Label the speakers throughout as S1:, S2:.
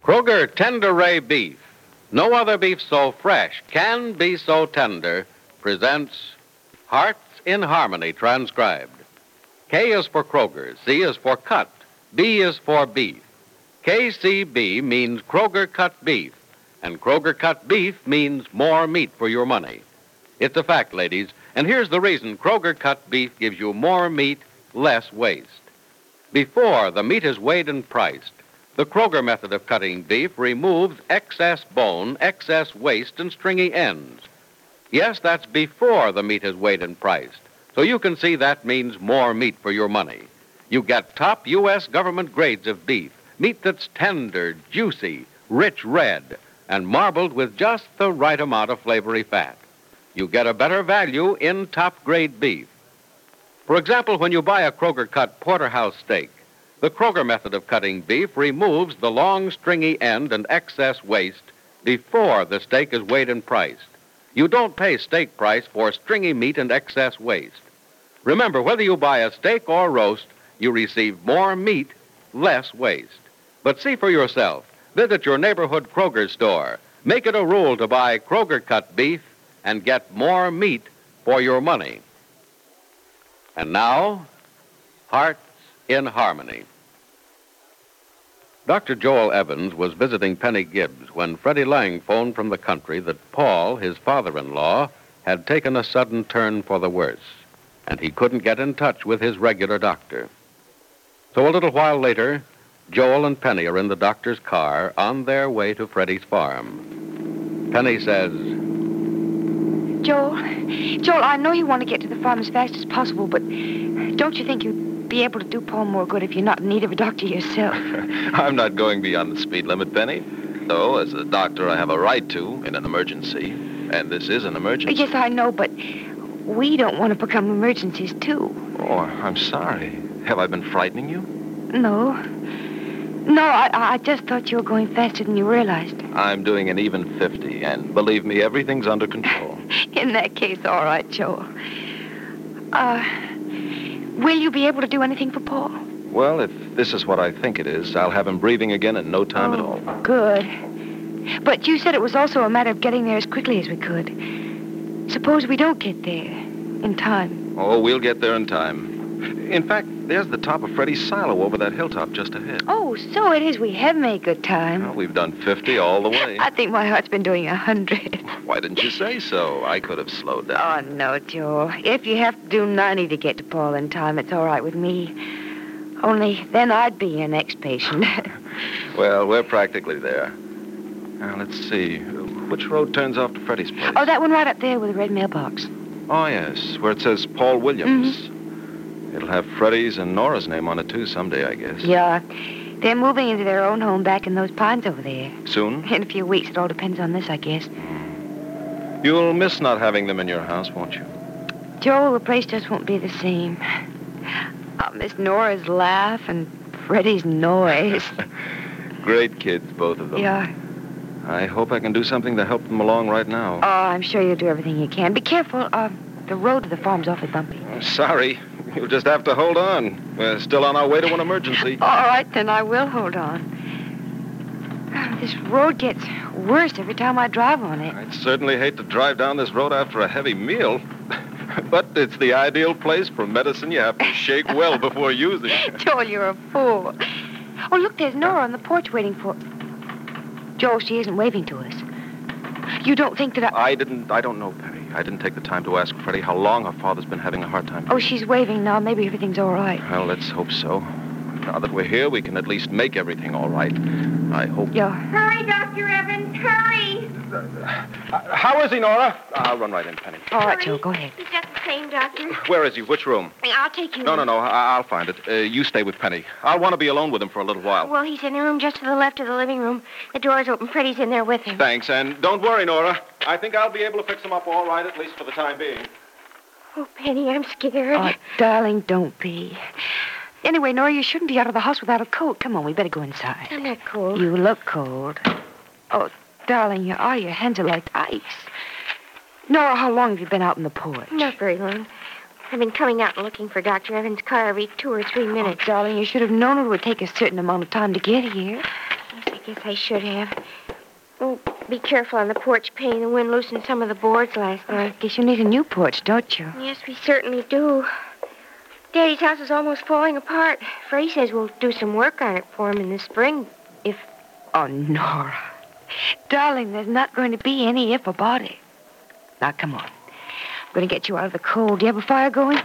S1: Kroger Tender Ray Beef. No other beef so fresh can be so tender. Presents Hearts in Harmony, transcribed. K is for Kroger, C is for cut, B is for beef. KCB means Kroger cut beef, and Kroger cut beef means more meat for your money. It's a fact, ladies, and here's the reason Kroger cut beef gives you more meat, less waste. Before, the meat is weighed and priced. The Kroger method of cutting beef removes excess bone, excess waste, and stringy ends. Yes, that's before the meat is weighed and priced. So you can see that means more meat for your money. You get top U.S. government grades of beef, meat that's tender, juicy, rich red, and marbled with just the right amount of flavory fat. You get a better value in top grade beef. For example, when you buy a Kroger cut porterhouse steak, the Kroger method of cutting beef removes the long, stringy end and excess waste before the steak is weighed and priced. You don't pay steak price for stringy meat and excess waste. Remember, whether you buy a steak or roast, you receive more meat, less waste. But see for yourself. Visit your neighborhood Kroger store. Make it a rule to buy Kroger cut beef and get more meat for your money. And now, Hearts in Harmony. Dr. Joel Evans was visiting Penny Gibbs when Freddie Lang phoned from the country that Paul, his father in law, had taken a sudden turn for the worse, and he couldn't get in touch with his regular doctor. So a little while later, Joel and Penny are in the doctor's car on their way to Freddie's farm. Penny says,
S2: Joel, Joel, I know you want to get to the farm as fast as possible, but don't you think you'd be able to do Paul more good if you're not in need of a doctor yourself?
S3: I'm not going beyond the speed limit, Penny. Though, as a doctor, I have a right to in an emergency. And this is an emergency.
S2: yes, I know, but we don't want to become emergencies, too.
S3: Oh, I'm sorry. Have I been frightening you?
S2: No. No, I, I just thought you were going faster than you realized.
S3: I'm doing an even 50, and believe me, everything's under control.
S2: In that case, all right, Joel. Uh, will you be able to do anything for Paul?
S3: well, if this is what I think it is, I'll have him breathing again in no time
S2: Oh.
S3: at all.
S2: Good. But you said it was also a matter of getting there as quickly as we could. Suppose we don't get there in time.
S3: Oh, we'll get there in time. In fact, there's the top of Freddy's silo over that hilltop just ahead.
S2: Oh, so it is. We have made good time.
S3: Well, we've done 50 all the way.
S2: I think my heart's been doing a hundred.
S3: Why didn't you say so? I could have slowed down.
S2: Oh, no, Joel. If you have to do 90 to get to Paul in time, it's all right with me. Only then I'd be your next patient.
S3: Well, we're practically there. Now, let's see. Which road turns off to Freddy's place?
S2: oh, that one right up there with the red mailbox.
S3: Oh, yes, where it says Paul Williams. It'll have Freddy's and Nora's name on it, too, someday, I guess.
S2: Mm-hmm. Yeah. They're moving into their own home back in those pines over there.
S3: Soon?
S2: In a few weeks, it all depends on this, I guess.
S3: You'll miss not having them in your house, won't you?
S2: Joel, the place just won't be the same. Oh, Miss Nora's laugh and Freddie's noise.
S3: Great kids, both of them.
S2: yeah.
S3: I hope I can do something to help them along right
S2: Oh,
S3: now.
S2: I'm sure you'll do everything you can. Be careful. Uh, the road to the farm's awfully bumpy.
S3: Sorry. You'll just have to hold on. We're still on our way to an emergency.
S2: All right, then I will hold on. Oh, This road gets worse every time I drive on it.
S3: I'd certainly hate to drive down this road after a heavy meal. but it's the ideal place for medicine you have to shake well before using.
S2: Joel, you're a fool. Oh, look, there's Nora on the porch waiting for. Joel, she isn't waving to us. You don't think that I.
S3: I didn't. I don't know, Penny. I didn't take the time to ask Freddie how long her father's been having a hard time.
S2: Oh, she's waving now. Maybe everything's all right.
S3: Well, let's hope so. Now that we're here, we can at least make everything all right. I hope.
S2: Yeah.
S4: Hurry, Dr. Evans, hurry!
S3: how is he, Nora? I'll run right in, Penny.
S2: All right,
S4: Hurry.
S2: Joel, go ahead.
S4: He just train, Doctor.
S3: Where is he? Which room?
S4: I'll take you.
S3: No, no, no. I- I'll find it. Uh, you stay with Penny. I'll want to be alone with him for a little while.
S4: Well, he's in the room just to the left of the living room. The door's open. Freddie's in there with him.
S3: Thanks, and don't worry, Nora. I think I'll be able to fix him up all right, at least for the time being.
S4: Oh, Penny, I'm scared.
S3: Uh,
S2: Oh, darling, don't be. Anyway, Nora, you shouldn't be out of the house without a coat. Come on, we better go inside.
S4: I'm not cold.
S2: You look cold. Oh, darling, your, all your hands are like ice. Nora, how long have you been out in the porch?
S4: Not very long. I've been coming out and looking for Dr. Evans' car every two or three
S2: Oh,
S4: minutes.
S2: darling, you should have known it would take a certain amount of time to get here.
S4: Yes, Oh, I guess I should have. Oh, be careful on the porch pane. The wind loosened some of the boards last night.
S2: I guess you need a new porch, don't you?
S4: Yes, we certainly do. Daddy's house is almost falling apart. Frey says we'll do some work on it for him in the spring.
S2: Oh, Nora. Darling, there's not going to be any if about it. Now, come on. I'm going to get you out of the cold. Do you have a fire going?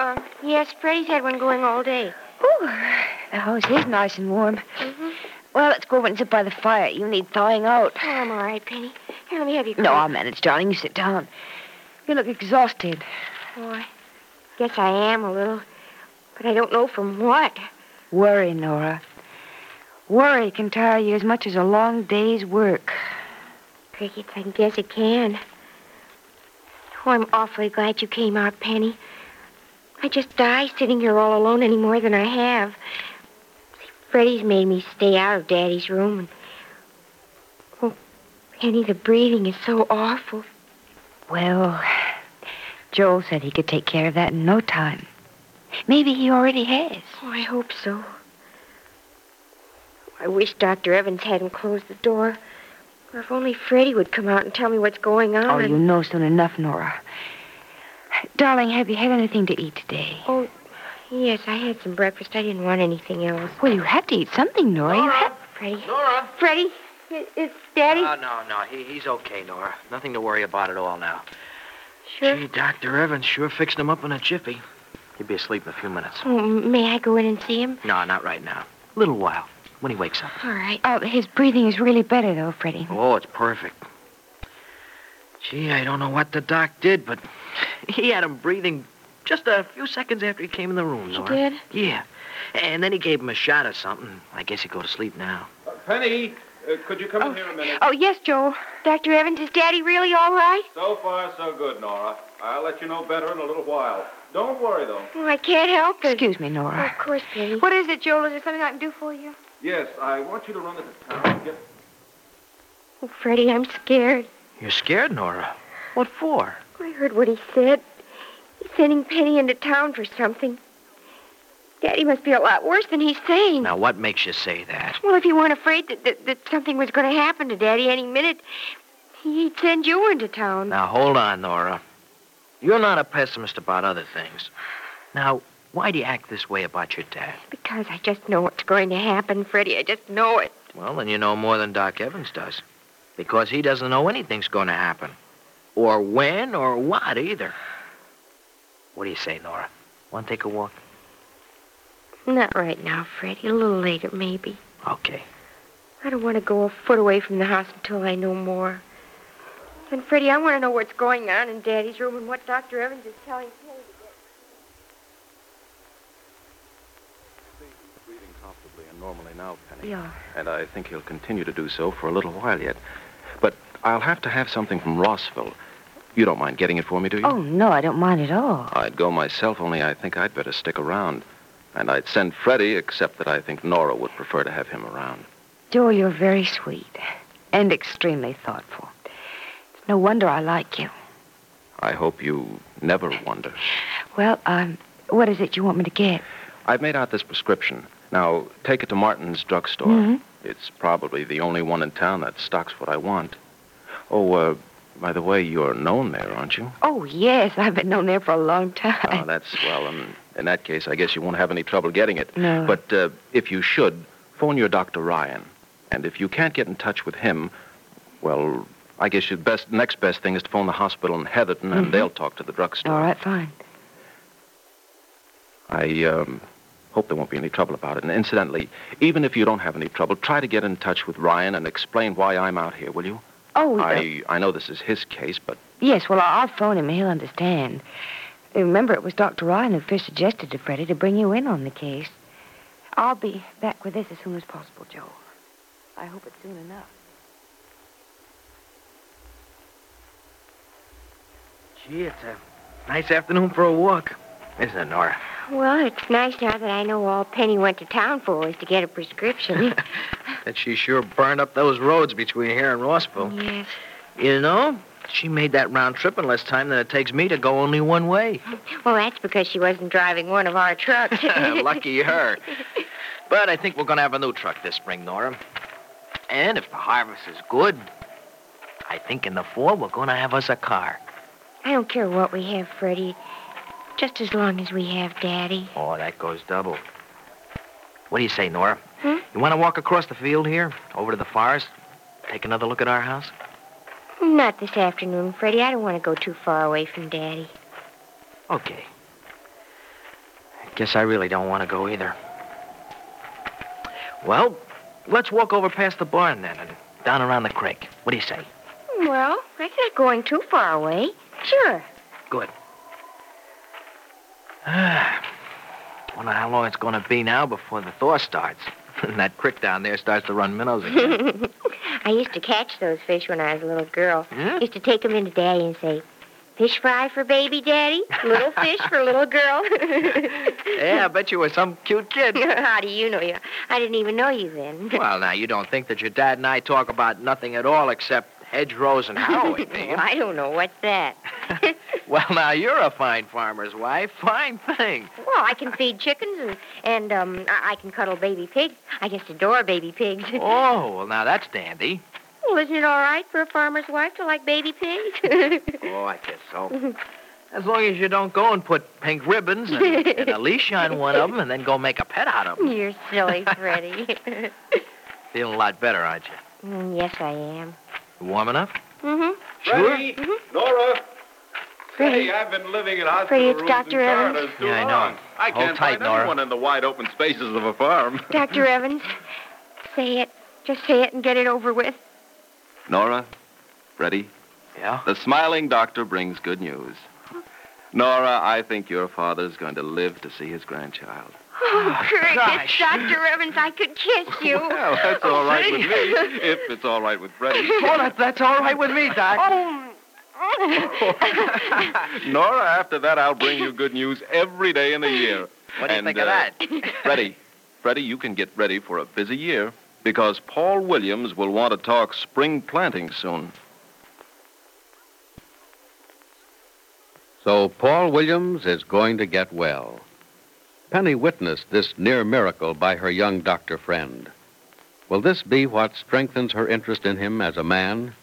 S4: Uh, yes, Freddie's had one going all day.
S2: Ooh, Mm-hmm. the house is nice and warm. Well, let's go over and sit by the fire. You need thawing out.
S4: Oh, I'm all right, Penny. Here, let me have your
S2: No,
S4: coat.
S2: I'll manage, darling. You sit down. You look exhausted.
S4: Oh, I guess I am a little, but I don't know from what.
S2: Worry, Nora. Worry can tire you as much as a long day's work.
S4: Crickets, I guess it can. Oh, I'm awfully glad you came out, Penny. I just die sitting here all alone any more than I have. See, Freddie's made me stay out of Daddy's room. And... Oh, Penny, the breathing is so awful.
S2: Well, Joel said he could take care of that in no time. Maybe he already has.
S4: Oh, I hope so. I wish Dr. Evans hadn't closed the door. Or if only Freddie would come out and tell me what's going on.
S2: Oh, you know soon enough, Nora. Darling, have you had anything to eat today?
S4: Yes, I had some breakfast. I didn't want anything else.
S2: Well, you had to eat something, Nora. You had...
S4: Freddie.
S5: Nora?
S4: Freddie, i- it's Daddy.
S2: Ah,
S5: No, no, no. He, he's okay, Nora. Nothing to worry about at all now.
S4: sure.
S5: Gee, Dr. Evans sure fixed him up in a jiffy. He'll be asleep in a few minutes.
S4: Oh, may I go in and see him?
S5: No, not right now. A little while, when he wakes up.
S4: All right.
S2: Oh, his breathing is really better, though, Freddie.
S5: Oh, it's perfect. Gee, I don't know what the doc did, but he had him breathing just a few seconds after he came in the room,
S4: He
S5: Nora.
S4: did?
S5: Yeah. And then he gave him a shot or something. I guess he'd go to sleep now.
S3: Penny, uh, could you come in here a minute?
S4: Oh, yes, Joel. Dr. Evans, is Daddy really all right?
S3: So far, so good, Nora. I'll let you know better in a little while. Don't worry, though.
S4: Oh, I can't help it.
S2: Excuse me,
S4: Oh,
S2: Nora.
S4: of course, Penny.
S2: What is it, Joel? Is there something I can do for you?
S3: Yes, I want you to run to the town and get
S4: Oh, Freddie, I'm scared.
S5: You're scared, Nora? What for?
S4: I heard what he said. He's sending Penny into town for something. Daddy must be a lot worse than he's saying.
S5: Now, what makes you say that?
S4: Well, if he weren't afraid that, that, that something was going to happen to Daddy any minute, he'd send you into town.
S5: Now, hold on, Nora. You're not a pessimist about other things. Now, why do you act this way about your dad?
S4: Because I just know what's going to happen, Freddie. I just know it.
S5: Well, then you know more than Doc Evans does. Because he doesn't know anything's going to happen. Or when or what either. What do you say, Nora? Want to take a walk?
S4: Not right now, Freddie. A little later, maybe.
S5: Okay.
S4: I don't want to go a foot away from the house until I know more. And, Freddie, I want to know what's going on in Daddy's room and what Dr. Evans is telling him.
S3: breathing comfortably and normally now, Penny.
S2: Yeah.
S3: And I think he'll continue to do so for a little while yet. But I'll have to have something from Rossville. You don't mind getting it for me, do you?
S2: Oh, no, I don't mind at all.
S3: I'd go myself, only I think I'd better stick around. And I'd send Freddie, except that I think Nora would prefer to have him around.
S2: Joel, you're very sweet and extremely thoughtful. It's no wonder I like you.
S3: I hope you never wonder.
S2: Well, um, what is it you want me to get?
S3: I've made out this prescription. Now, take it to Martin's drugstore.
S2: Mhm.
S3: It's probably the only one in town that stocks what I want. Oh, uh, by the way, you're known there, aren't you?
S2: Oh, yes, I've been known there for a long
S3: Oh,
S2: time.
S3: that's well. Um, in that case, I guess you won't have any trouble getting it.
S2: No.
S3: But uh, if you should, phone your Dr. Ryan. And if you can't get in touch with him, well, I guess your best next best thing is to phone the hospital in Heatherton, and they'll talk to the drugstore.
S2: Mm-hmm. All right, fine.
S3: I um, hope there won't be any trouble about it. And incidentally, even if you don't have any trouble, try to get in touch with Ryan and explain why I'm out here, will you?
S2: Oh, uh,
S3: I I know this is his case, but
S2: yes, well, I- I'll phone him. He'll understand. Remember, it was Dr. Ryan who first suggested to Freddie to bring you in on the case. I'll be back with this as soon as possible, Joe. I hope it's soon enough.
S3: Gee, it's a nice afternoon for a walk, isn't it, Nora?
S4: Well, it's nice now that I know all Penny went to town for was to get a prescription.
S3: That she sure burned up those roads between here and Rossville.
S4: yes.
S3: You know, she made that round trip in less time than it takes me to go only one way.
S4: Well, that's because she wasn't driving one of our trucks.
S3: Lucky her. But I think we're going to have a new truck this spring, Nora. And if the harvest is good, I think in the fall we're going to have us a car.
S4: I don't care what we have, Freddie. Just as long as we have Daddy.
S3: Oh, that goes double. What do you say, Nora?
S4: Hmm?
S3: You want to walk across the field here, over to the forest, take another look at our house?
S4: Not this afternoon, Freddie. I don't want to go too far away from Daddy.
S3: Okay. I guess I really don't want to go either. Well, let's walk over past the barn then and down around the creek. What do you say?
S4: Well, that's not going too far away. Sure.
S3: Ah, Wonder how long it's going to be now before the thaw starts. and that creek down there starts to run minnows again.
S4: I used to catch those fish when I was a little girl.
S3: Hmm?
S4: Used to take them into Daddy and say, fish fry for baby Daddy, little fish for little girl.
S3: yeah, I bet you were some cute kid.
S4: How do you know you? I didn't even know you then.
S3: well, now, you don't think that your dad and I talk about nothing at all except hedgerows and Howie, do you?
S4: Well, I don't know. What's that?
S3: well, now, you're a fine farmer's wife. Fine thing.
S4: Well, I can feed chickens and, and um, I, I can cuddle baby pigs. I just adore baby pigs.
S3: Oh, well, now that's dandy.
S4: Well, isn't it all right for a farmer's wife to like baby pigs?
S3: Oh, I guess so. As long as you don't go and put pink ribbons and, and a leash on one of them and then go make a pet out of them.
S4: You're silly, Freddie.
S3: Feeling a lot better, aren't you?
S4: Mm, yes, I am.
S3: You warming up?
S4: Mm-hmm.
S3: Sure.
S5: Nora,
S4: Freddie,
S5: hey, I've been living in hospital
S4: Freddie, it's
S5: rooms
S4: Dr.
S5: and
S4: Evans.
S5: corridors too
S3: Yeah, I know.
S5: long. I
S3: Hold
S5: can't
S3: tight,
S5: find
S3: Nora.
S5: anyone in the wide open spaces of a farm.
S4: Dr. Evans, say it. Just say it and get it over with.
S5: Nora, Freddie,
S3: Yeah.
S5: the smiling doctor brings good news. Nora, I think your father's going to live to see his grandchild.
S4: Oh, Curtis,
S3: gosh.
S4: Dr. Evans, I could kiss you.
S5: Well, that's all right with me, if it's all right with Freddie.
S3: Oh, that, that's all right with me, Doc.
S4: Oh.
S5: Nora, after that, I'll bring you good news every day in the year.
S3: What do you
S5: And,
S3: think
S5: uh,
S3: of that?
S5: Freddie, Freddie, you can get ready for a busy year because Paul Williams will want to talk spring planting soon.
S6: So Paul Williams is going to get well. Penny witnessed this near miracle by her young doctor friend. Will this be what strengthens her interest in him as a man?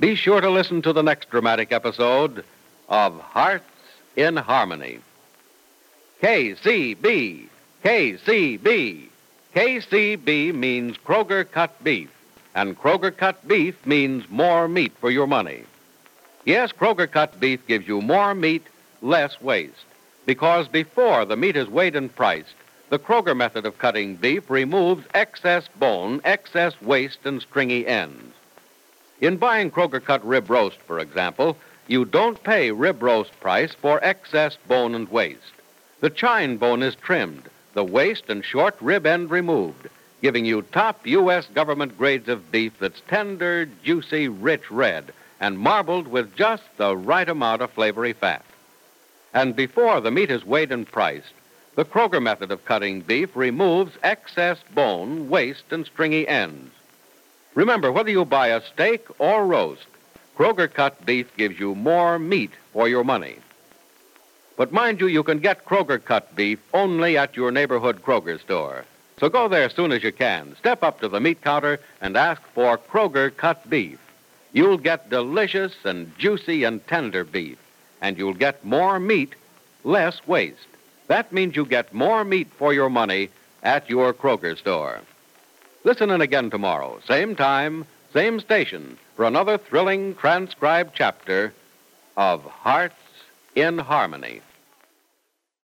S6: Be sure to listen to the next dramatic episode of Hearts in Harmony. KCB, KCB. KCB means Kroger cut beef, and Kroger cut beef means more meat for your money. Yes, Kroger cut beef gives you more meat, less waste. Because before the meat is weighed and priced, the Kroger method of cutting beef removes excess bone, excess waste, and stringy ends. In buying Kroger cut rib roast, for example, you don't pay rib roast price for excess bone and waste. The chine bone is trimmed, the waste and short rib end removed, giving you top U.S. government grades of beef that's tender, juicy, rich red and marbled with just the right amount of flavory fat. And before the meat is weighed and priced, the Kroger method of cutting beef removes excess bone, waste, and stringy ends. Remember, whether you buy a steak or roast, Kroger cut beef gives you more meat for your money. But mind you, you can get Kroger cut beef only at your neighborhood Kroger store. So go there as soon as you can. Step up to the meat counter and ask for Kroger cut beef. You'll get delicious and juicy and tender beef, and you'll get more meat, less waste. That means you get more meat for your money at your Kroger store. Listen in again tomorrow, same time, same station, for another thrilling transcribed chapter of Hearts in Harmony.